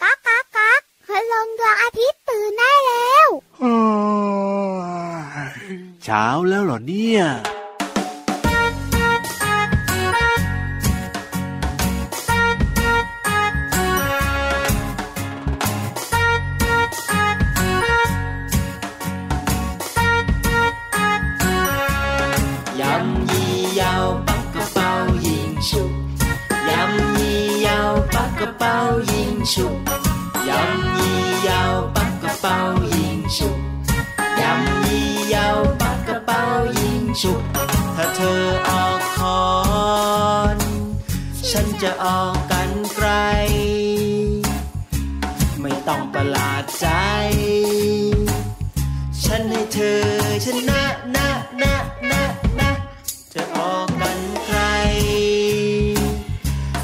ก๊ากก๊ากก๊ากคืลงดวงอาทิตย์ตื่นได้แล้ว เช้าแล้วเหรอเนี่ย 羊一摇，八个报应出；羊一摇，八个报应出；羊一摇，八个报应出；羊一摇，八个报应出。ถ้าเธอออกคอนฉันจะออกกันไกล ไม่ต้องประหลาดใจ ฉันให้เธอชนะนะนะนะนะจะออกกันใคร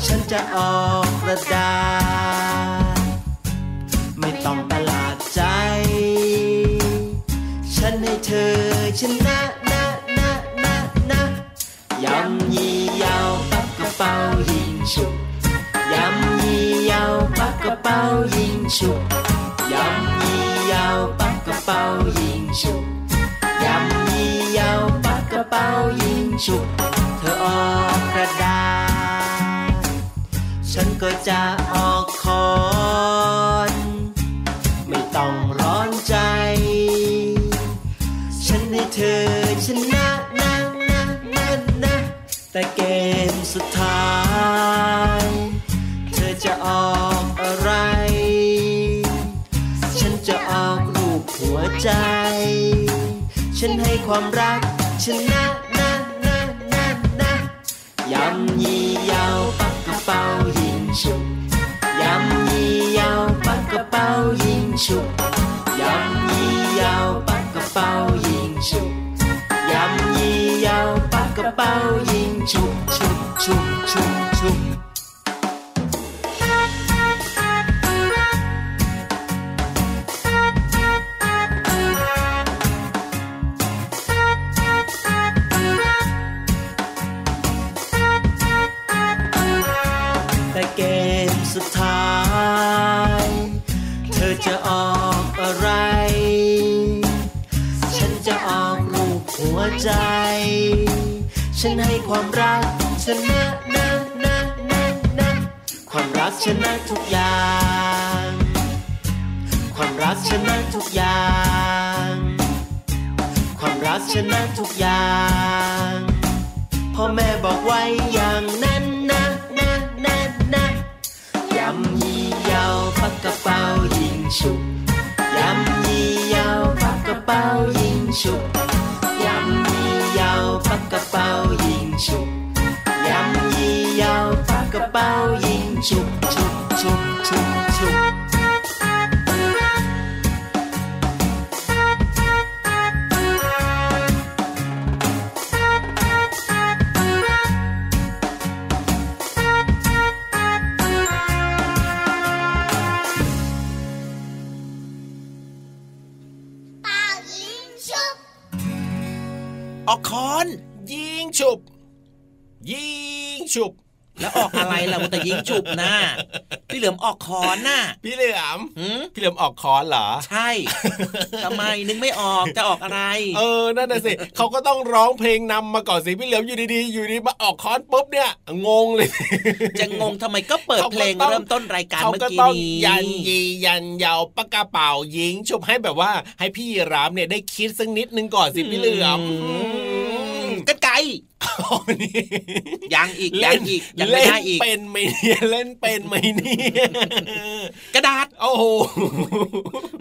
ฉันจะออกกระดาษไม่ต้องประหลาดใจ ฉันให้เธอชนะนะนะนะนะยำยี่ยาวปักกระเป๋ายิงฉุกยำยี่ยาวปักกระเป๋ายิงฉุก ยำยี่ยาวปักกระเป๋ายิงฉุกยำยี่ยาวปักกระเป๋ายิงฉุก เธอออกกระดาษ ฉันก็จะออกคอน ไม่ต้องร้อนใจ ฉันให้เธอชนะนะนะนะนะ แต่เกมสุดท้าย เธอจะออกอะไร ฉันจะออกรูปหัวใจ ฉันให้ความรักชนะนะนะนะนะยำยี่ยาวปักกระเป๋ายิงฉุกยำยี่ยาวปักกระเป๋ายิงฉุกยำยี่ยาวปักกระเป๋ายิงฉุกยำยี่ยาวปักกระเป๋ายิงฉุกฉุกฉุกฉุกฉุก แต่เกมสุดท้าย เธอจะออกอะไร ฉันจะออกรูปหัวใจ ฉันให้ความรักชนะนะนะนะนะความรักชนะทุกอย่าง ความรักชนะทุกอย่าง ความรักชนะทุกอย่าง พ่อแม่บอกไว้อย่างนั้นนะนะนะนะยำยี่ยาวปักกระเป๋ายิงฉุกยำยี่ยาวปักกระเป๋ายิงฉุกยำยี่ยาวปักกระเป๋ายิงฉุกยำยี่ยาวปักกระเป๋ายิงฉุกฉุกฉุกฉุกฉุก เป่ายิงชุบ ออกคอน ยิงฉุบ ยิงฉุบ แล้วออกอะไรล่ะมันแต่ยิงจุบนะพี่เหลือมออกคอนน่ะ พี่เหลือม หืม พี่เหลือมออกคอนเหรอ ใช่ ทำไมนึกไม่ออกจะออกอะไร เออ นั่นน่ะสิ เขาก็ต้องร้องเพลงนำมาก่อนสิพี่เหลือมอยู่ดีๆ อยู่ดีมาออกคอนปุ๊บเนี่ย งงเลย จะงงทำไมก็เปิดเพลง เขาก็ต้อง เริ่มต้นรายการ เขา เมื่อ ก็ กี้ ต้อง นี้ ยันยียันยาวปากกระเป๋ายิงฉุบให้แบบว่า ให้พี่ยีรามเนี่ยได้คิดสักนิดนึงก่อนสิพี่เหลือม กันไกล เอานี่ ยังอีกยังอีกยังไม่ เล่น ได้อีก เป็นไหมเนี่ยเล่นเป็นไหมเนี่ย กระดาษ โอ้โห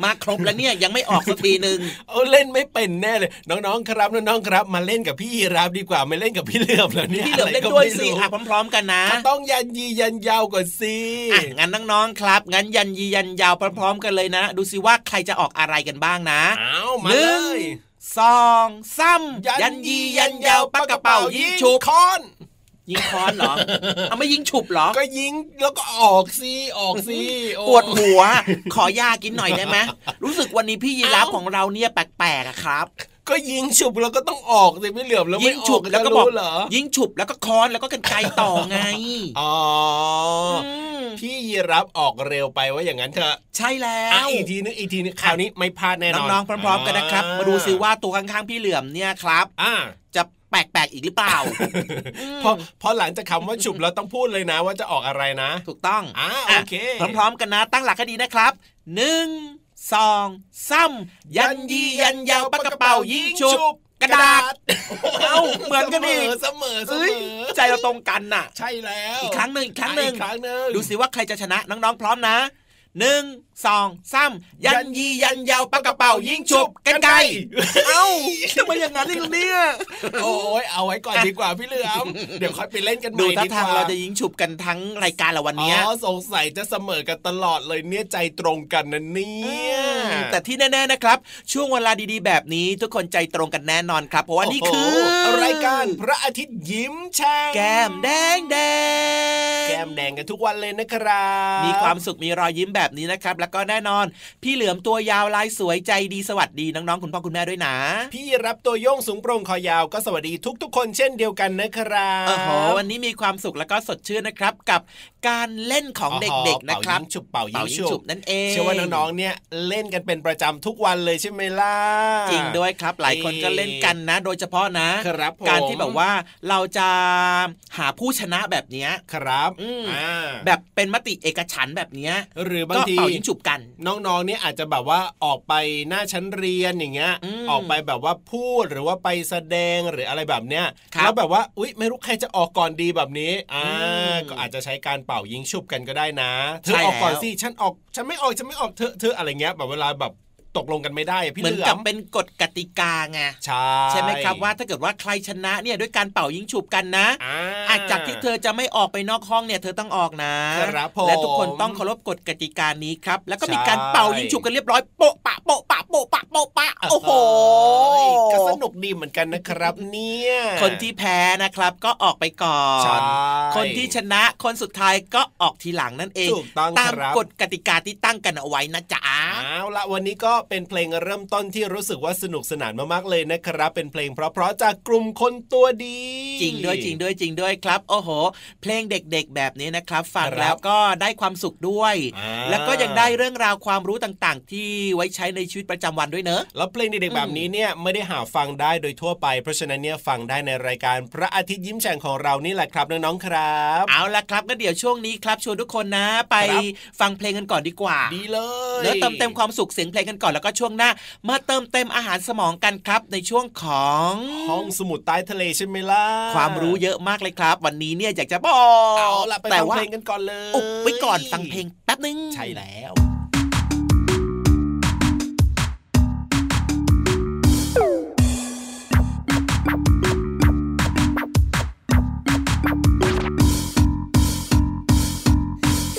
มาครบแล้วเนี่ยยังไม่ออกสักทีหนึ่ง เอาเล่นไม่เป็นแน่เลย น้องๆครับน้องๆครับ มาเล่นกับพี่ยีราฟดีกว่าไม่เล่นกับพี่เหลือมแล้วเนี่ย พี่เหลือม อะไร เล่น ก็ ด้วย ไม่ สิ รู้ อ่ะพร้อม ๆ กันนะ มันต้องยันยียันยาวก่อนสิ อ่ะงั้นน้องๆครับ งั้นยันยียันยาวพร้อม ๆ กันเลยนะ ดูสิว่าใครจะออกอะไรกันบ้างนะ อ้าวมา หนึ่ เล ง ย สองซ้ำยันยียันยาวปักกระเป๋ายิงฉุบ คอน ยิงคอน เหรอเอาไม่ยิงฉุบเหรอ ก็ยิงแล้วก็ออกสิออกสิโอ้ ปวดหัว ขอยากินหน่อยได้ไหมรู้สึกวันนี้พี่ยีราฟของเราเนี่ยแปลกๆอะครับ ก็ยิงฉุบแล้วก็ต้องออกสิพี่เหลือมแล้ว ยิ ไม่ ง อ ฉุ อบ ก แล้ แล้ว ว ก็ ก็ บบ อ อก กเหรอ ยิงฉุบแล้วก็ค้อนแล้วก็กันไกลต่อไง อ๋อ ม พี่ยี รับออกเร็วไปว่าอย่างนั้นเถอะ ใช่แล้ อ่ะ ว อีกทีนึงอีกทีนึงคราวนี้ไม่พลาดแน่นอน น้องๆพร้อมๆกันนะครับ มาดูสิว่าตัวข้างๆพี่เหลือมเนี่ยครับ อ่า จะแปลกๆอีกหรือเปล่า พอพอหลังจากคำว่าฉุบเราต้องพูดเลยนะว่าจะออกอะไรนะ ถูกต้อง อ่าโอเค ะพร้อมๆกันนะ ตั้งหลักให้ดีนะครับหนึ่งสองสามยันยียันยาวปากกระเป๋ายิงชุบ กระดาษ เอ้าเหมือนกันอีก เสมอเส เอ้ ม ย อ ใจเราตรงกันน่ะ ใช่แล้ว อีกครั้งหนึ่งอีกครั้งหนึ่ง อีกครั้งหนึ่ง ดูสิว่าใครจะชนะน้องๆพร้อมนะหนึ่งสองสามยันยียันยาวปากกระเป๋ายิงฉุบกันไกลเอ้า ทำไมอย่างนั้นอีกเนี่ย โอ้ยเอาไว้ก่อนดีกว่าพี่เหลือมเดี๋ยวค่อยไปเล่นกันใหม่ ดูท่า ดีก ทาง ว่า เราจะยิงฉุบกันทั้งรายการละวัน อ๋ เนี้ย อสงสัยจะเสมอกันตลอดเลยเนี่ยใจตรงกันนะเนี่ย แต่ที่แน่ๆนะครับ ช่วงเวลาดีๆ แบบนี้ทุกคนใจตรงกันแน่นอนครับ เพราะว่านี่คือ โโหรายการพระอาทิตย์ยิ้มแช่ง แก้มแดงแดง แก้มแดงกันทุกวันเลยนะครับ มีความสุขมีรอยยิ้มแบบนี้นะครับ แล้วก็แน่นอน พี่เหลือมตัวยาวลายสวยใจดีสวัสดีน้องๆ คุณพ่อคุณแม่ด้วยนะ พี่รับตัวโยงสูงโปร่งคอยาวก็สวัสดีทุกๆ คนเช่นเดียวกันนะครับ โอ้โหวันนี้มีความสุขแล้วก็สดชื่นนะครับ กับการเล่นของเด็กๆนะครับ เป่ายิงฉุบเป่ายิ เป่าง ยิง ฉุ ฉุ บบ นั่นเอง เชื่อว่าน้องๆเนี่ยเล่นกันเป็นประจำทุกวันเลยใช่ไหมล่ะ จริงด้วยครับ หลายคนก็เล่นกันนะ โดยเฉพาะนะ ครับผม การที่แบบว่าเราจะหาผู้ชนะแบบเนี้ย ครับ อืม อ่า แบบเป็นมติเอกฉันท์แบบเนี้ย หรือบาง ก็ ที เป่ายิงฉุบกัน น้องๆเนี่ยอาจจะแบบว่าออกไปหน้าชั้นเรียนอย่างเงี้ย อืม ออกไปแบบว่าพูดหรือว่าไปแสดงหรืออะไรแบบเนี้ย ครับ แล้วแบบว่าอุ๊ยไม่รู้ใครจะออกก่อนดีแบบนี้อ่า อืม ก็อาจจะใช้การเป่ายิงชุบกันก็ได้นะเธอ ใช่ ออกก่อน แล้ว สิฉันออกฉันไม่ออกฉันไม่ออกเธอเธออะไรเงี้ยแบบเวลาแบบตกลงกันไม่ได้อะพี่ เหมือน เหลือ กับ ม เป็นกฎกติกาไง ใช่ ใช่ไหมครับว่าถ้าเกิดว่าใครชนะเนี่ยด้วยการเป่ายิงฉุบกันนะ อ่า อาจจากที่เธอจะไม่ออกไปนอกห้องเนี่ยเธอต้องออกนะครับ ผม และทุกคนต้องเคารพกฎกติกานี้ครับ แล้วก็มีการ ใช่ เป่ายิงฉุบกันเรียบร้อยโปะปะโปะปะโปะปะโปะปะโอ้โห เฮ้ยก็สนุกดีเหมือนกันนะครับเนี่ย คนที่แพ้นะครับก็ออกไปก่อน ใช่ คนที่ชนะคนสุดท้ายก็ออกทีหลังนั่นเอง ถูกต้อง ตาม ครับ กฎกติกาที่ตั้งกันเอาไว้นะจ๊ะ เอาละวันนี้ก็เป็นเพลงเริ่มต้นที่รู้สึกว่าสนุกสนานมากๆเลยนะครับ เป็นเพลงเพราะๆจากกลุ่มคนตัวดี จริงด้วยจริงด้วยจริงด้วยครับ โอ้โห เพลงเด็กๆ แบบนี้นะครับฟัง ครับ แล้วก็ได้ความสุขด้วย อ่า แล้วก็ยังได้เรื่องราวความรู้ต่างๆ ที่ไว้ใช้ในชีวิตประจำวันด้วยเนอะ แล้วเพลงเด็กๆแบบนี้เนี่ยไม่ได้หาฟังได้โดยทั่วไป เพราะฉะนั้นเนี่ยฟังได้ในรายการพระอาทิตย์ยิ้มแฉ่งของเรานี่แหละครับน้องๆครับ เอาละครับก็เดี๋ยวช่วงนี้ครับชวนทุกคนนะไป ครับ ฟังเพลงกันก่อนดีกว่า ดีเลย เนื้อะเติมเต็มความสุขเสียงเพลงกันก่อนแล้วก็ช่วงหน้ามาเติมเต็มอาหารสมองกันครับ ในช่วงของ ห้องสมุดใต้ทะเลใช่ไหมล่ะ ความรู้เยอะมากเลยครับ วันนี้เนี่ยอยากจะบอ เอา ก ละไป แต่ ฟัง ว่า เพลงกันก่อนเลย อุบไว้ก่อนฟังเพลงแป๊บนึง ใช่แล้ว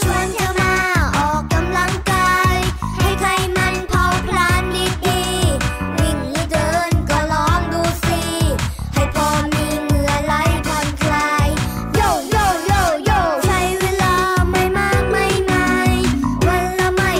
ชวนเธอมาออกกำลังกาย ให้ใครมันเผาพลานดีๆวิ่งหรือเดินก็ลองดูสิ ให้พอมีเหงื่อไหลผ่อนคลาย โยโยโยโยใช้เวลาไม่มากไม่นานวันละไม่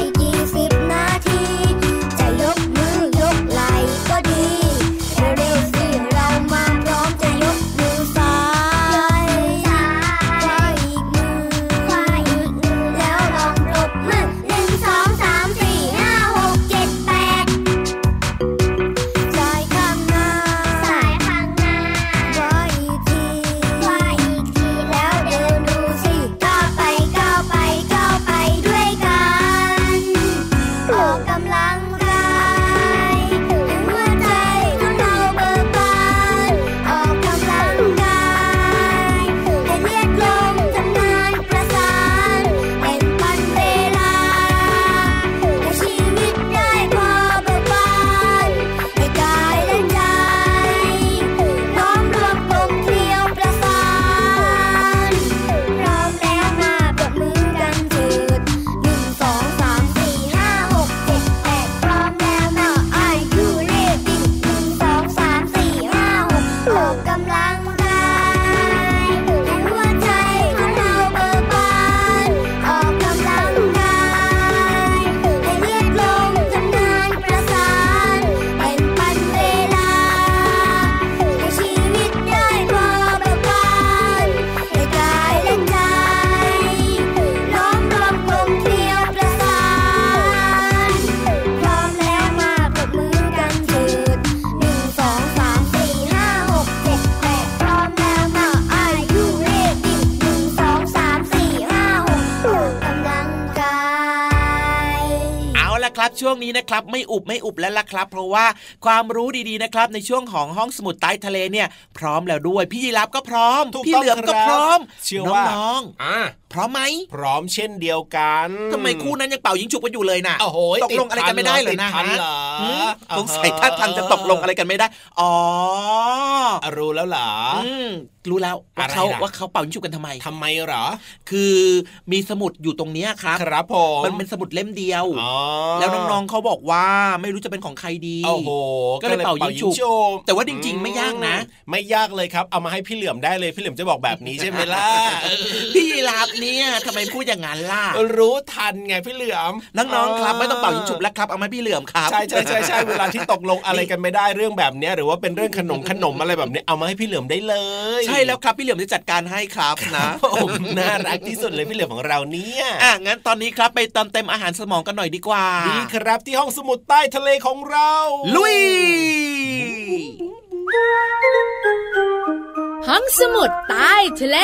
ครับ ช่วงนี้นะครับไม่อุบไม่อุบแล้วล่ะครับ เพราะว่าความรู้ดีๆนะครับในช่วงของห้องสมุดใต้ทะเลเนี่ย พร้อมแล้วด้วยพี่ยีรับก็พร้อม ถูก พี่ ต้ เหลือมก็ คบ พร้อม เชื่อว่า น้อง อ่า ๆพร้อมไหม พร้อมเช่นเดียวกัน ทำไมคู่นั้นยังเป่ายิงฉุบกันอยู่เลยนะ โอ้โห ตกลงอะไรกันไม่ได้เลยนะ ติดพันเหรอ หืม อ่ฮะ สงสัยท่าทางจะตกลงอะไรกันไม่ได้อ๋อ อ่ะรู้แล้วเหรอ อืมรู้แล้วว่าเขา อะไรล่ะ ว่าเขาเป่ายิงฉุบกันทำไม ทำไมเหรอ คือมีสมุดอยู่ตรงเนี้ยครับ ครับผม มันเป็นสมุดเล่มเดียว อ๋อ แล้วน้องๆเขาบอกว่าไม่รู้จะเป็นของใครดี โอ้โห ก็เลยเป่ายิงฉุบแต่ว่าจริงๆไม่ยากนะ อืมไม่ยากเลยครับ เอามาให้พี่เหลือมได้เลยพี่เหลือมจะบอกแบบนี้ใช่ไหมล่ะเออ พี่ยีราบเนี่ยทำไมพูดอย่างนั้นล่ะ รู้ทันไงพี่เหลือม น้องๆครับไม่ต้องเป่ายิงฉุบแล้วครับเอามาให้พี่เหลือมครับ ใช่ใช่ใช่ใช่เวลาที่ตกลงอะไรกันไม่ได้เรื่องแบบเนี้ยหรือว่าเป็นเรื่องขนมขนมอะไรแบบเนี้ยเอามาให้พี่เหลือมได้เลย ใช่แล้วครับพี่เหลือมจะจัดการให้ครับนะ ผมน่ารักที่สุดเลยพี่เหลือมของเราเนี่ย อ่ะงั้นตอนนี้ครับไปเติมเต็มอาหารสมองกันหน่อยดีกว่า ดีครับที่ห้องสมุดใต้ทะเลของเรา ลุย ห้องสมุดใต้ทะเล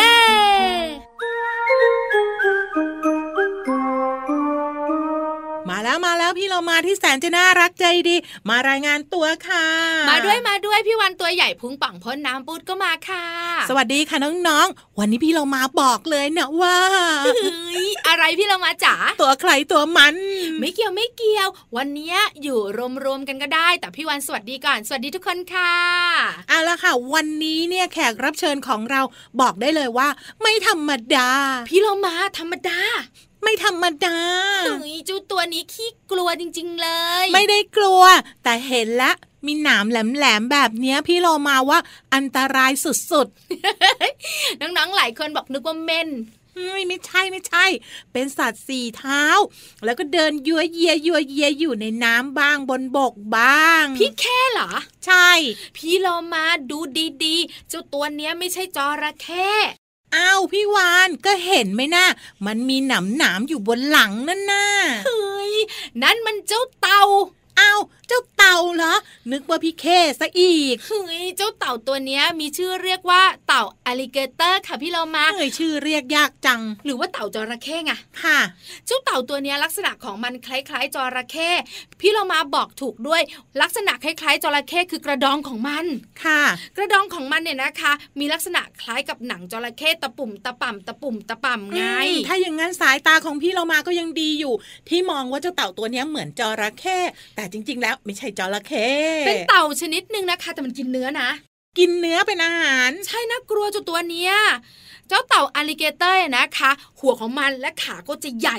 มาแล้วมาแล้วพี่เรามาที่แสนจะน่ารักใจดี มารายงานตัวค่ะ มาด้วยมาด้วยพี่วันตัวใหญ่พุงป่องพ้นน้ำปุดก็มาค่ะ สวัสดีค่ะน้องๆ วันนี้พี่เรามาบอกเลยนะว่า เฮ้ยอะไรพี่เรามาจ๋า ตัวใครตัวมัน ไม่เกี่ยวไม่เกี่ยว วันเนี้ยอยู่รวมๆกันก็ได้ แต่พี่วันสวัสดีก่อน สวัสดีทุกคนค่ะ เอาละค่ะ วันนี้เนี่ยแขกรับเชิญของเราบอกได้เลยว่า ไม่ธรรมดา พี่เรามาธรรมดา ไม่ธรรมดา เฮ้ยเจูตัวนี้ขี้กลัวจริง ๆ เลย ไม่ได้กลัว แต่เห็นละมีหนามแหลมๆแบบเนี้ย พี่เรามาว่าอันตรายสุดๆ น้องๆหลายคนบอกนึกว่าเม่น เฮ้ยไม่ใช่ไม่ใช่ เป็นสัตว์สี่เท้า แล้วก็เดินยัวเยียยัวเยียอยู่ในน้ำบ้างบนบกบ้าง พี่แค่เหรอ ใช่ พี่เรามาดูดีๆ เจ้าตัวเนี้ยไม่ใช่จระเข้ อ้าวพี่วานก็เห็นไหมนะ่ะมันมีหนามหนามๆอยู่บนหลังนั่นน่ะ เฮ้ยนั่นมันเจ้าเต่า อ้าวเจ้าเต่าเหรอ นึกว่าพี่เคซะอีก เฮ้ยเจ้าเต่าตัวเนี้ยมีชื่อเรียกว่าเต่าอลิเกเตอร์ค่ะพี่เรามา เอ่ยชื่อเรียกยากจัง หรือว่าเต่าจระเข้ไง ค่ะ เจ้าเต่าตัวเนี้ยลักษณะของมันคล้ายๆจระเข้พี่เรามาบอกถูกด้วย ลักษณะคล้ายๆจระเข้คือกระดองของมัน ค่ะ กระดองของมันเนี่ยนะคะ มีลักษณะคล้ายกับหนังจระเข้ตะปุ่มตะป่ำตะปุ่มตะป่ำไง อืมถ้าอย่างนั้นสายตาของพี่เรามาก็ยังดีอยู่ ที่มองว่าเจ้าเต่าตัวเนี้ยเหมือนจระเข้แต่จริง ๆ แล้วไม่ใช่จระเข้ เป็นเต่าชนิดหนึ่งนะคะ แต่มันกินเนื้อนะ กินเนื้อเป็นอาหาร ใช่น่ากลัวเจุตัวเนี้ยเจ้าเต่าอลิเกเตอร์นะคะ หัวของมันและขาก็จะใหญ่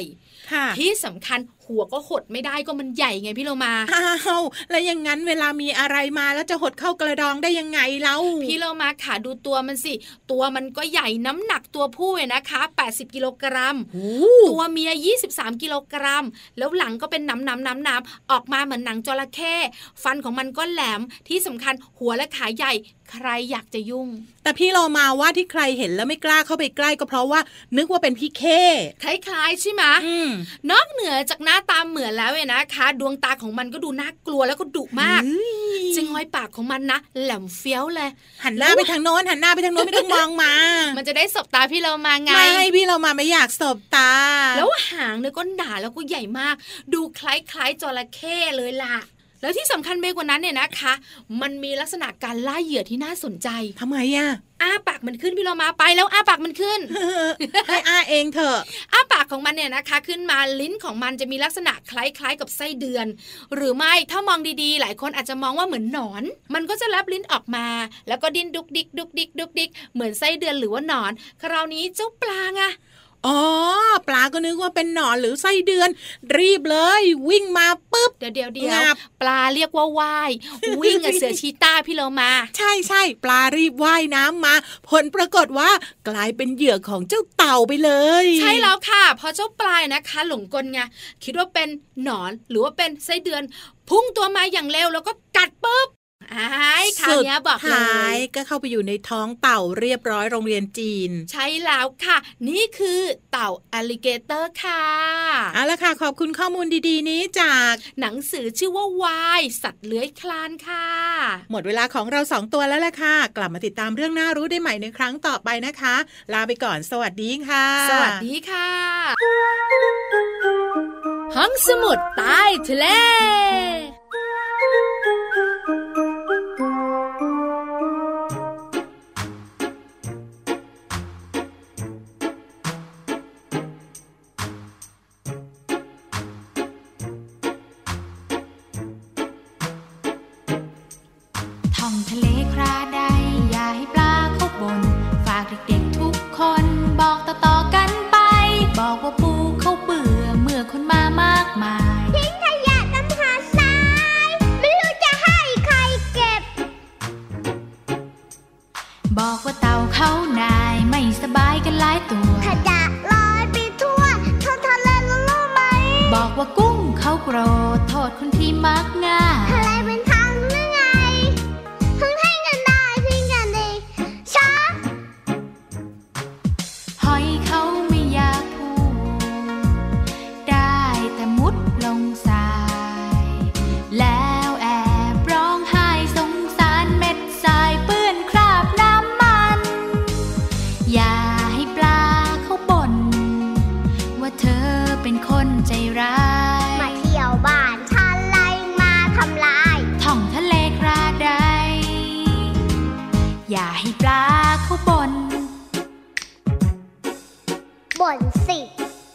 ค่ะ ที่สำคัญหัวก็หดไม่ได้ก็มันใหญ่ไงพี่โลมา อ้าวแล้วอย่างนั้นเวลามีอะไรมาแล้วจะหดเข้ากระดองได้ยังไงเล่า พี่โลมาขาดูตัวมันสิ ตัวมันก็ใหญ่น้ำหนักตัวผู้เนี่ยนะคะ 80 กิโลกรัม หู ตัวเมีย 23 กิโลกรัม แล้วหลังก็เป็นหน้ำน้ำน้ำน้ำออกมาเหมือนหนังจระเข้ฟันของมันก็แหลมที่สำคัญหัวและขาใหญ่ ใครอยากจะยุ่ง แต่พี่เรามาว่าที่ใครเห็นแล้วไม่กล้าเข้าไปใกล้ก็เพราะว่า นึกว่าเป็นพี่เค คล้ายๆใช่ไหม อืม นอกเหนือจากหน้าตาเหมือนแล้วเนี่ยนะคะ ดวงตาของมันก็ดูน่ากลัวแล้วก็ดุมาก เฮ้ย จริงหอยปากของมันนะแหลมเฟี้ยวเลย หันหน้าไปทางโน้นหันหน้าไปทางโน้นไม่ต้องมองมา มันจะได้สบตาพี่เรามาไง ไม่พี่เรามาไม่อยากสบตา แล้วหางเนี่ยก็หนาแล้วก็ใหญ่มาก ดูคล้ายๆจระเข้เลยล่ะ แล้วที่สำคัญไปกว่านั้นเนี่ยนะคะ มันมีลักษณะการล่าเหยื่อที่น่าสนใจ ทำไมอ่ะ อ้าปากมันขึ้นพี่เรามาไปแล้วอ้าปากมันขึ้น ให้อาเองเถอะ อ้าปากของมันเนี่ยนะคะ ขึ้นมาลิ้นของมันจะมีลักษณะคล้ายๆกับไส้เดือน หรือไม่ถ้ามองดีๆ หลายคนอาจจะมองว่าเหมือนหนอน มันก็จะรับลิ้นออกมา แล้วก็ดิ้นดุกดิกดุกดิกดุกดิกเหมือนไส้เดือนหรือว่าหนอน คราวนี้เจ้าปลาไง อ๋อปลาก็นึกว่าเป็นหนอนหรือไส้เดือน รีบเลย วิ่งมาปุ๊บ เดี๋ยวเดี๋ยวเดี๋ย งั ว บ ปลาเรียกว่าว่าย วิ่งกับเสือชีต้าพี่เรามา ใช่ใช่ปลารีบว่ายน้ำมา ผลปรากฏว่ากลายเป็นเหยื่อของเจ้าเต่าไปเลย ใช่แล้วค่ะพอเจ้าปลายนะคะ หลงกลไงคิดว่าเป็นหนอนหรือว่าเป็นไส้เดือน พุ่งตัวมาอย่างเร็วแล้วก็กัดปุ๊บอ้ายคราวเนี้ยบอก สุดเลท้าย ยก็เข้าไปอยู่ในท้องเต่าเรียบร้อยโรงเรียนจีน ใช่แล้วค่ะ นี่คือเต่าอลลิเกเตอร์ค่ะ เอาละค่ะขอบคุณข้อมูลดีๆ นี้จาก หนังสือชื่อว่าวายสัตว์เลื้อยคลานค่ะ หมดเวลาของเราสองตัวแล้วล่ะค่ะ กลับมาติดตามเรื่องน่ารู้ได้ใหม่ในครั้งต่อไปนะคะ ลาไปก่อนสวัสดีค่ะ สวัสดีค่ะ ห้อง องสมุดใต้ทะเล ท่องทะเลคราใด อย่าให้ปลาเข้าบน ฝากเด็กๆทุกคน บอกต่อๆกันไป บอกว่าปูเขาเบื่อเมื่อคนมามากมาย ทิ้งขยะตำหาทราย ไม่รู้จะให้ใครเก็บ บอกว่าเต่าเขานายไม่สบายกันหลายตัว ขยะลอยไปทั่วท้องทะเลรู้รู้ไหม บอกว่ากุ้งเขาโกรธโทษคนที่มักง่าย ทะเลเป็นทางหรือไงเพิ่งให้กันได้ทิ้งกันดีช้า หอยเขาไม่อยากพูด ได้แต่มุดลงสาย แล้วแอบร้องไห้สงสารเม็ดทรายเปื้อนคราบน้ำมัน อย่าให้ปลาเขาบ่น ว่าเธอเป็นคนใจร้าย มาเที่ยวบ้านฉันไล่มาทำลาย ท่องทะเลกระไดอย่าให้ปลาเขาบ่น บ่นสิ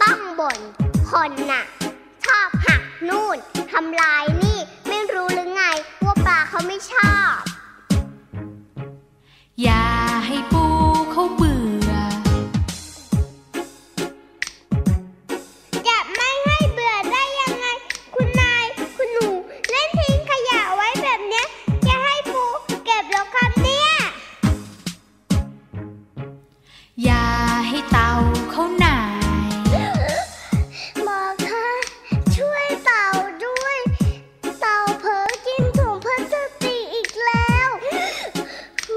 ต้องบ่น คนน่ะ ชอบหักนู่นทำลายนี่ ไม่รู้หรือไง ว่าปลาเขาไม่ชอบ อย่าให้ปูเขาเบื่อ จะไม่ให้เบื่อได้ยังไง คุณนาย คุณหนู เล่นทิ้งขยะไว้แบบเนี้ย จะให้ปูเก็บแล้วครับเนี่ย อย่าให้เต่าเขาหน่าย บอกค่ะช่วยเต่าด้วย เต่าเผลอกินถุงพลาสติกอีกแล้ว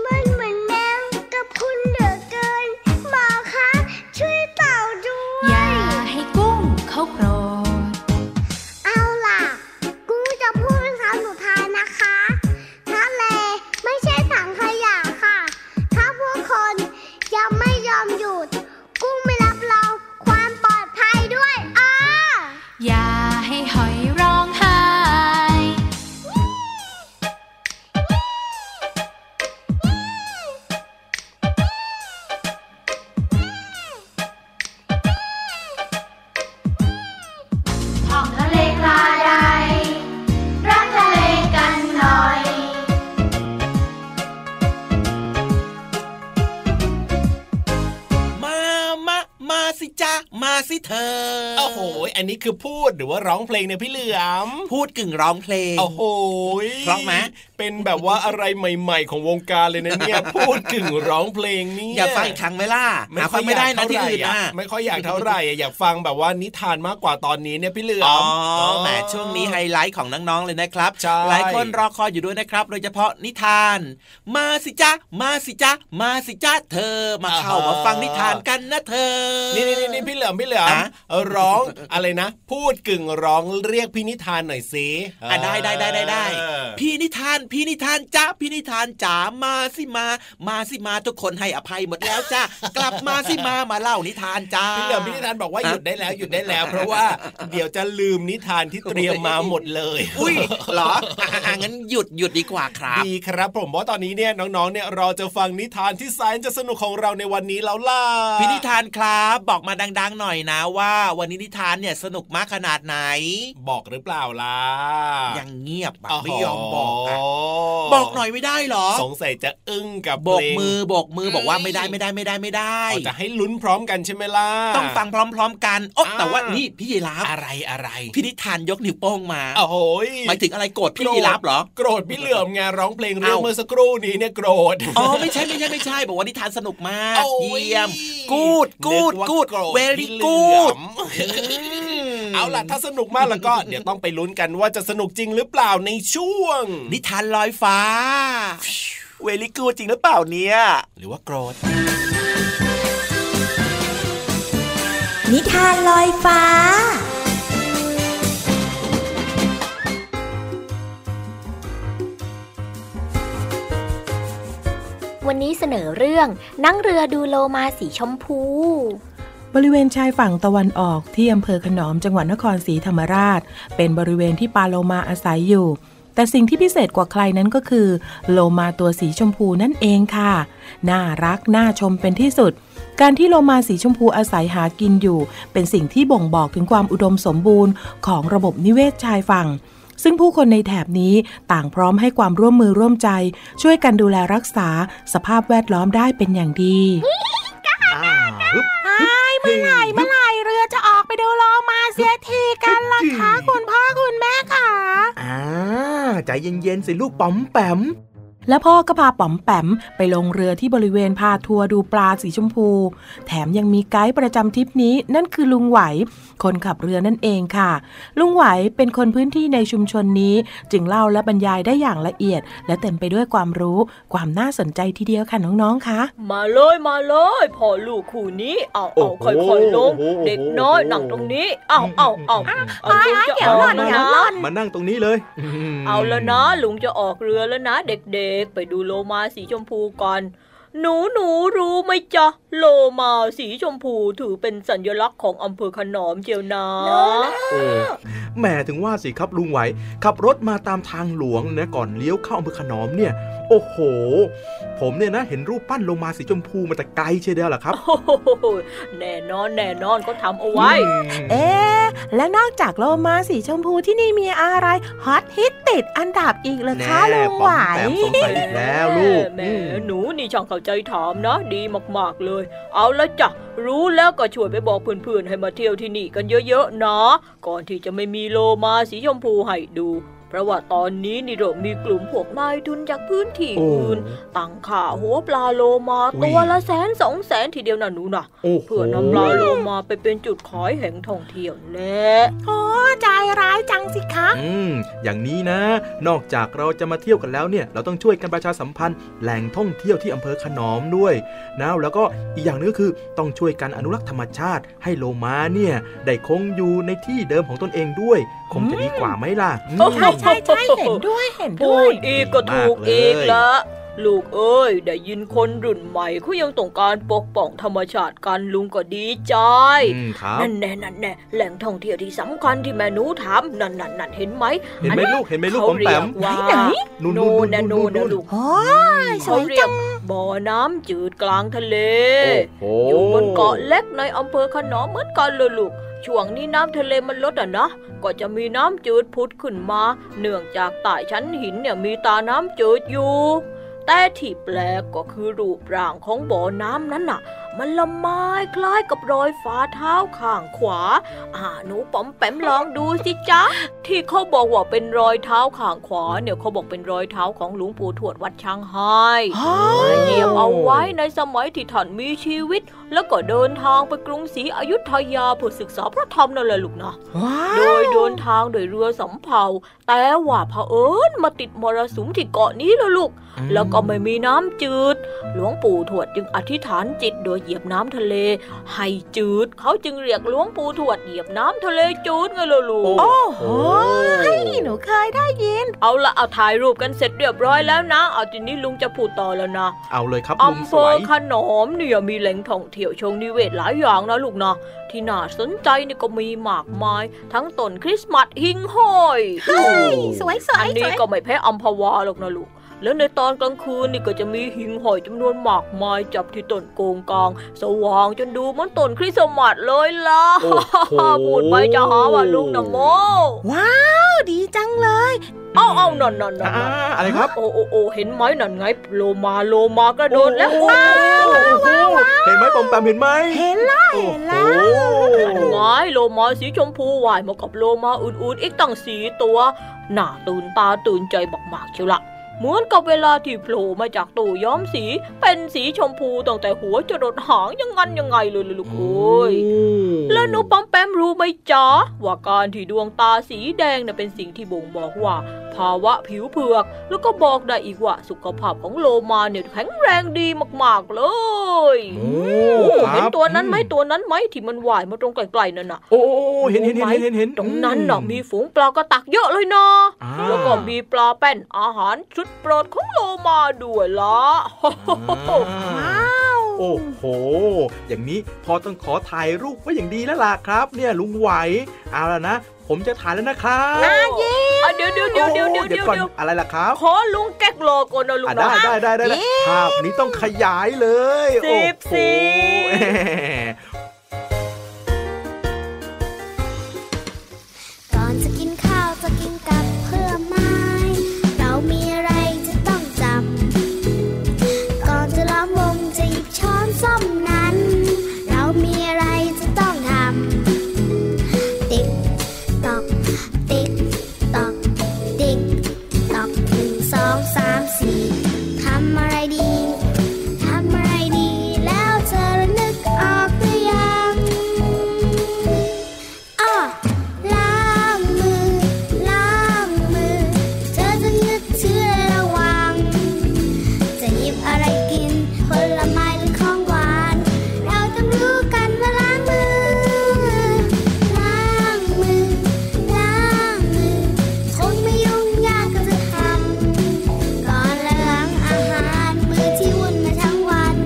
มันเหมือนแมงกับคุณเหลือเกินบอกค่ะช่วยเต่าด้วย อย่าให้กุ้งเขาโกรธ เอาล่ะ กูจะพูดเป็นคำสุดท้ายนะคะทะเลไม่ใช่ถังขยะค่ะ ถ้าพวกคนยังไม่ยอมหยุด กุ้งไม่รับรองความปลอดภัยด้วยอ้อ อย่าให้หอยร้องไห้ ท่องทะเลคลาใดรักทะเลกันหน่อย มา มา มาสิจ้ามาสิเธอ โอ้โห อันนี้คือพูดหรือว่าร้องเพลงเนี่ยพี่เหลือม พูดกึ่งร้องเพลง โอ้โห เพราะไหม เป็นแบบว่าอะไรใหม่ ๆ ของวงการเลยนะเนี่ย พูดกึ่งร้องเพลงเนี่ย อยากฟังอีกครั้งไหมล่ะหาฟังไม่ได้นะที่อื่น อะ นะ ไม่ค่อยอยากเท่าไหร่อะอยากฟังแบบว่านิทานมากกว่าตอนนี้เนี่ยพี่เหลือม อ๋อแหมช่วงนี้ไฮไลท์ของน้องๆเลยนะครับ ใช่ หลายคนรอคอยอยู่ด้วยนะครับ โดยเฉพาะนิทาน มาสิจ้ามาสิจ้ามาสิจ้าเธอมาเข้ามาฟังนิทานกันนะเธอ นี่นี่นี่พี่เหลือมพี่เหลือม อะ ร้องอะไรนะ พูดกึ่งร้องเรียกพี่นิทานหน่อยสิ อ่ะได้ได้ได้ได้ได้ เออ พี่นิทานพี่นิทานจ้าพี่นิทานจ๋ามาสิมา มาสิมาทุกคนให้อภัยหมดแล้ว จ้ากลับมาสิมามาเล่านิทานจ้า พี่เหลือมพี่นิทานบอกว่า อะ หยุดได้แล้วหยุดได้แล้ว เพราะว่าเดี๋ยวจะลืมนิทานที่เตรียมมาหมดเลย อุ้ยเหรออ่ะอ่ะงั้นหยุดหยุดดีกว่าครับ ดีครับผมว่าตอนนี้เนี่ยน้องๆ เนี่ยรอจะฟังนิทานที่แสนจะสนุกของเราในวันนี้แล้วล่ะ พี่นิทานครับบอกมาดัง ๆ หน่อยนะว่า วันนี้นิทานเนี่ยสนุกมากขนาดไหน บอกหรือเปล่าล่ะ ยังเงียบอะไม่ยอมบอกอะ โโ บอกหน่อยไม่ได้เหรอ สงสัยจะอึ้งกับ โบ เพลกง มือโบกมือบอกว่าไม่ได้ไม่ได้ไม่ได้ไม่ได้ อ๋อจะให้ลุ้นพร้อมกันใช่ไหมล่ะ ต้องฟังพร้อม ๆ กันโอ๊ะ อ่า แต่ว่านี่พี่ยีราฟ อะไรอะไร พี่นิทานยกนิ้วโป้งมา โอ้โหย หมายถึงอะไรโกรธพี่ยีราฟเหรอ โกรธพี่เหลือมไงร้องเพลงเรื่อง เอ้า เมื่อสักครู่นี้เนี่ยโกรธ อ๋อไม่ใช่ไม่ใช่ไม่ใช่บอกว่านิทานสนุกมาก โอ้ย เยี่ยม กูดกูด นึว่า กูด โรธ เว พี่ ลี่ เหลื กู อ ด ม เอาล่ะ ถ้าสนุกมากแล้วก็ เดี๋ยวต้องไปลุ้นกันว่าจะสนุกจริงหรือเปล่าในช่วง นิทานลอยฟ้า เวลิกูจริงหรือเปล่าเนี่ย หรือว่าโกรธ นิทานลอยฟ้า วันนี้เสนอเรื่องนั่งเรือดูโลมาสีชมพู บริเวณชายฝั่งตะวันออกที่อำเภอขนอมจังหวัดนครศรีธรรมราช เป็นบริเวณที่ปลาโลมาอาศัยอยู่ แต่สิ่งที่พิเศษกว่าใครนั้นก็คือ โลมาตัวสีชมพูนั่นเองค่ะ น่ารักน่าชมเป็นที่สุด การที่โลมาสีชมพูอาศัยหากินอยู่ เป็นสิ่งที่บ่งบอกถึงความอุดมสมบูรณ์ของระบบนิเวศชายฝั่ง ซึ่งผู้คนในแถบนี้ต่างพร้อมให้ความร่วมมือร่วมใจ ช่วยกันดูแลรักษาสภาพแวดล้อมได้เป็นอย่างดี ไอ้เมื่อไหร่เมื่อไหร่เรือจะออกไปดูโลมาเสียทีกันล่ะคะคุณพ่อคุณแม่ค่ะ อ่าใจเย็น ๆ สิลูกป๋อมแปม และพ่อก็พาป๋อมแปมไปลงเรือที่บริเวณพาทัวร์ดูปลาสีชมพู แถมยังมีไกด์ประจำทริปนี้นั่นคือลุงไหว คนขับเรือนั่นเองค่ะ ลุงไหวเป็นคนพื้นที่ในชุมชนนี้ จึงเล่าและบรรยายได้อย่างละเอียด และเต็มไปด้วยความรู้ ความน่าสนใจทีเดียวค่ะน้องๆค่ะ มาเลยมาเลยพ่อลูกคู่นี้เอาเอาค่อยๆลง โอ้โห เด็กน้อยนั่งตรงนี้เอาเอาเอาเอาลุงจะ เดี๋ยว อ หล่ อน ก เดี๋ แล้ว ยว นะ หล่น มานั่งตรงนี้เลย เอาแล้วนะลุงจะออกเรือแล้วนะ เด็กๆ ไปดูโลมาสีชมพูก่อนหนูหนูรู้ไหมจ๊ะโลมาสีชมพูถือเป็นสัญลักษณ์ของอำเภอขนอมเจียวนะ โอ้แหมถึงว่าสิครับลุงไหว ขับรถมาตามทางหลวงนะก่อนเลี้ยวเข้าอำเภอขนอมเนี่ย โอ้โห ผมเนี่ยนะ เห็นรูปปั้นโลมาสีชมพูมาแต่ไกลเชียวเดียวล่ะครับ โอ้โหแน่นอนแน่นอนเขาทำเอาไว้ เอ๊ะและนอกจากโลมาสีชมพูที่นี่มีอะไรฮอตฮิตติดอันดับอีกเหรอคะลุงไหว แหม่ป๋อมแปมสงสัยอีกแล้วลูก แหม่หนูนี่ช่างเข้าใจถามนะดีมากๆเลย เอาละจ้ะรู้แล้วก็ช่วยไปบอกเพื่อนๆให้มาเที่ยวที่นี่กันเยอะๆนะก่อนที่จะไม่มีโลมาสีชมพูให้ดู เพราะว่าตอนนี้นี่เรามีกลุ่มพวกนายทุนจากพื้นที่ โอ้ อื่นตั้งค่าหัวปลาโลมา อุ้ย ตัวละแสนสองแสนทีเดียวนะหนูนะ โอ้โห เพื่อนำปลาโลมาไปเป็นจุดขายแห่งท่องเที่ยวและ โอ้ใจร้ายจังสิคะ อืมอย่างนี้นะ นอกจากเราจะมาเที่ยวกันแล้วเนี่ย เราต้องช่วยกันประชาสัมพันธ์แหล่งท่องเที่ยวที่อำเภอขนอมด้วยนะแล้วก็อีกอย่างหนึงก็คือต้องช่วยกันอนุรักษ์ธรรมชาติ ให้โลมาเนี่ยได้คงอยู่ในที่เดิมของตนเองด้วย คงจะดีกว่าไหมล่ะอืม ใช่ใช่ใช่เห็นด้วยเห็น พู ด้วย ดอีกก็ถูกอีกละลูกเอ้ย ได้ยินคนรุ่นใหม่เขายังต้องการปกป้องธรรมชาติกันลุงก็ดีใจ อืมครับ นั่นแน่นั่นแน่แหล่งท่องเที่ยวที่สำคัญที่แม่หนูถามนั่นนั่นนั่นเห็นไหม เห็นไหมลูกเห็นไหมลูก เขา ผม เรี แป ย ม กว่า ไหนไหน นู่น โน่น ๆๆๆๆ นะโน่นนะลูก โอ้ยส เขา วย เรีย จั ก ง บ่อน้ำจืดกลางทะเล โอ้ อ โห ยู่บนเกาะเล็กในอำเภอขนอมเหมือนกันเลยลูก ช่วงนี้น้ำทะเลมันลดอ่ะนะ ก็จะมีน้ำจืดพุดขึ้นมา เนื่องจากใต้ชั้นหินเนี่ยมีตาน้ำจืดอยู่ แต่ที่แปลกก็คือรูปร่างของบ่อน้ำนั้นน่ะ มันละไม้คล้ายกับรอยฝ่าเท้าข้างขวา อ่าหนูป๋อมแปมลองดูสิจ๊ะ ที่เขาบอกว่าเป็นรอยเท้าข้างขวาเนี่ยเขาบอกเป็นรอยเท้าของหลวงปู่ทวดวัดช้างไฮ อ๋อ เหยียบเอาไว้ในสมัยที่ท่านมีชีวิต แล้วก็เดินทางไปกรุงศรีอยุธยาเพื่อศึกษาพระธรรมนั่นแหละลูกนะ ว้า โด วย เดินทางโดยเรือสำเภา แต่ว่าเผอิญมาติดมรสุมที่เกาะนี้ละลูก แล้วก็ไม่มีน้ำจืด หลวงปู่ทวดจึงอธิษฐานจิตโดยเหยียบน้ำทะเล ให้จืด เขาจึงเรียกหลวงปู่ทวดเหยียบน้ำทะเลจืดไงล่ะลูก โอ้ โอ้โหหนูเคยได้ยิน เอาละเอาถ่ายรูปกันเสร็จเรียบร้อยแล้วนะ เอาทีนี้ลุงจะพูดต่อแล้วนะ เอาเลยครับลุง อำเภ สว อย ขนอมเนี่ยมีแหล่งท่องเที่ยวเชงนิเวศหลายอย่างนะลูกนะที่น่าสนใจนี่ก็มีมากมาย ทั้งต้นคริสต์มาสหิงห้อย สวยสว อั ย น ส นี้ วย ก็ไม่แพ้อัมพวาหรอกนะลูก แล้วในตอนกลางคืนนี่ก็จะมีหิงห้อยจำนวนมากมายจับที่ต้นโกงกาง สว่างจนดูเหมือนต้นคริสต์มาสเลยล่ะ โอ้โห พูดไปจะหาว่าลุงนะโม ว้าว ดีจังเลย เอ้าเอ้านั่นนั่นนั่ อ่าน นั่น อะไรครับ โอ้โอ้โอ้เห็นไหมนั่นไงโลมาโลมากระโดดแล้ว โอ้โหเห็นไหมปอมแปมเห็นไหม เห็นแล้ว โอ้ เห็น โห แล้ว ง่ายโลมาสีชมพูว่ายมากับโลมาอื่นๆ อีกตั้งสีตัวหน้าตื่นตาตื่นใจมากๆเชียวละเหมือนกับเวลาที่โผล่มาจากตู้ย้อมสี เป็นสีชมพูตั้งแต่หัวจรดหางยังงันยังไงเลยล่ะลูกโอ้ย แล้วหนูปอมแปมรู้ไหมจ๊ะ ว่าการที่ดวงตาสีแดงน่ะเป็นสิ่งที่บ่งบอกว่า ภาวะผิวเผือก แล้วก็บอกได้อีกว่าสุขภาพของโลมาเนี่ยแข็งแรงดีมากๆเลย โอ้ โอ้เห็น ครับ ตัวนั้นไหม อืม ตัวนั้นไหมที่มันว่ายมาตรงไกลๆนั่นน่ะ โอ้โหเห็นเห็นเห็นเห็นเห็นเห็น ตรงนั้นน่ะมีฝูงปลากระตักเยอะเลยนะ อ่า แล้วก็มีปลาแป้นอาหารชุดโปรดของโลมาด้วยละ อ่า ว้าว โอ้โห อย่างนี้พอต้องขอถ่ายรูปไว้อย่างดีแล้วล่ะครับ เนี่ยลุงไหวเอาละนะ ผมจะถ่ายแล้ว นะครับ อ่ะเดี๋ยวเดี๋ยวเดี๋ยวเดี๋ยวเดี๋ยว เดี๋ยวก่อนอะไรล่ะครับ ขอลุงแก๊กรอก่อนนะลุง อ่ะ นะ ได้ได้ได้ได้ได้ภาพนี้ต้องขยายเลย สิ โอ้ บ โห สิ ก่อนจะกินข้าวจะกินกับเพื่อไม้ เรามีอะไรจะต้องจำ ก่อนจะล้อมวงจะหยิบช้อนส้อมนั้น เรามีอะไรจะต้องทำ ติ๊กตอก ติ๊กตอก ติ๊กตอกหนึ่งสองสามสี่ทำอะไรดี ทำอะไรดี แล้วเธอนึกออกหรือยังอ้อ ล้างมือ ล้างมือ เธอจะนึกถึงระวัง จะหยิบอะไรกิน ผลไม้หรือของหวาน เราต้องรู้กันว่าล้างมือ ล้างมือ ล้างมือ คงไม่ยุ่งยากก็จะทำ ก่อนและหลังอาหารมือที่วุ่นมาทั้งวัน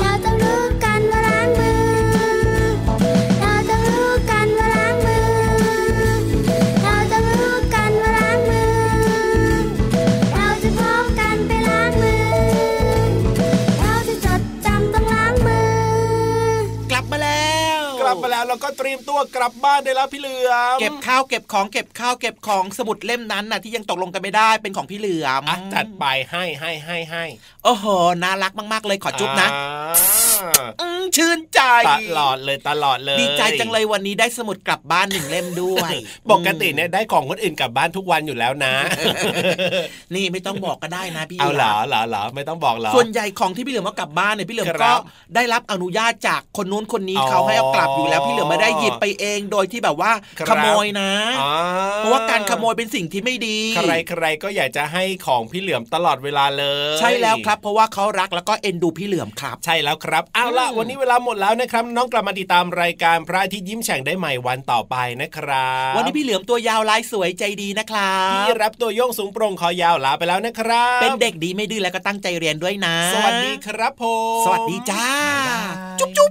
เราต้องรู้กันว่าล้างมือ เราต้องรู้กันว่าล้างมือ เราต้องรู้กันว่าล้างมือ เราจะพร้อมกันไปล้างมือ เราจะจดจำต้องล้างมือ กลับมาแล้ว กลับมาแล้วเราก็เตรียมตัวกลับบ้านได้แล้วพี่เหลือม เก็บข้าวเก็บของเก็บข้าวเก็บของสมุดเล่มนั้นน่ะที่ยังตกลงกันไม่ได้เป็นของพี่เหลือม จัดไปให้ให้ให้ให้ โอ้โหน่ารักมากๆเลยขอจุ๊บนะ อ่า อืมชื่นใจ ตลอดเลยตลอดเลย ดีใจจังเลยวันนี้ได้สมุดกลับบ้านหนึ่งเล่ม ด้วย ปกติเนี่ยได้ของคนอื่นกลับบ้านทุกวันอยู่แล้วนะ นี่ไม่ต้องบอกก็ได้นะพี่ เอาเหรอ หลืม เหรอเหรอไม่ต้องบอกเหรอ ส่วนใหญ่ของที่พี่เหลือมเอากลับบ้านเนี่ยพี่เหลือม ครั ก็ บ ได้รับอนุญาตจากคนนู้นคนนี้ อ๋อ เขาให้เอากลับอยู่แล้วพี่เหลือมไม่ได้หยิบไปเองโดยที่แบบว่า ครับ ขโมยนะ อ๋อ เพราะว่าการขโมยเป็นสิ่งที่ไม่ดี ใครใครๆก็อยากจะให้ของพี่เหลือมตลอดเวลาเลย ใช่แล้วครับ เพราะว่าเขารักแล้วก็เอ็นดูพี่เหลือมครับ ใช่แล้วครับเอาล่ะวันนี้เวลาหมดแล้วนะครับ น้องกลับมาติดตามรายการพระอาทิตย์ยิ้มแฉ่งได้ใหม่วันต่อไปนะครับ วันนี้พี่เหลือมตัวยาวลายสวยใจดีนะครับ พี่รับตัวโยงสูงโปร่งคอยาวลาไปแล้วนะครับ เป็นเด็กดีไม่ดื้อแล้วก็ตั้งใจเรียนด้วยนะ สวัสดีครับผม สวัสดีจ้า จุ๊บจุ๊บ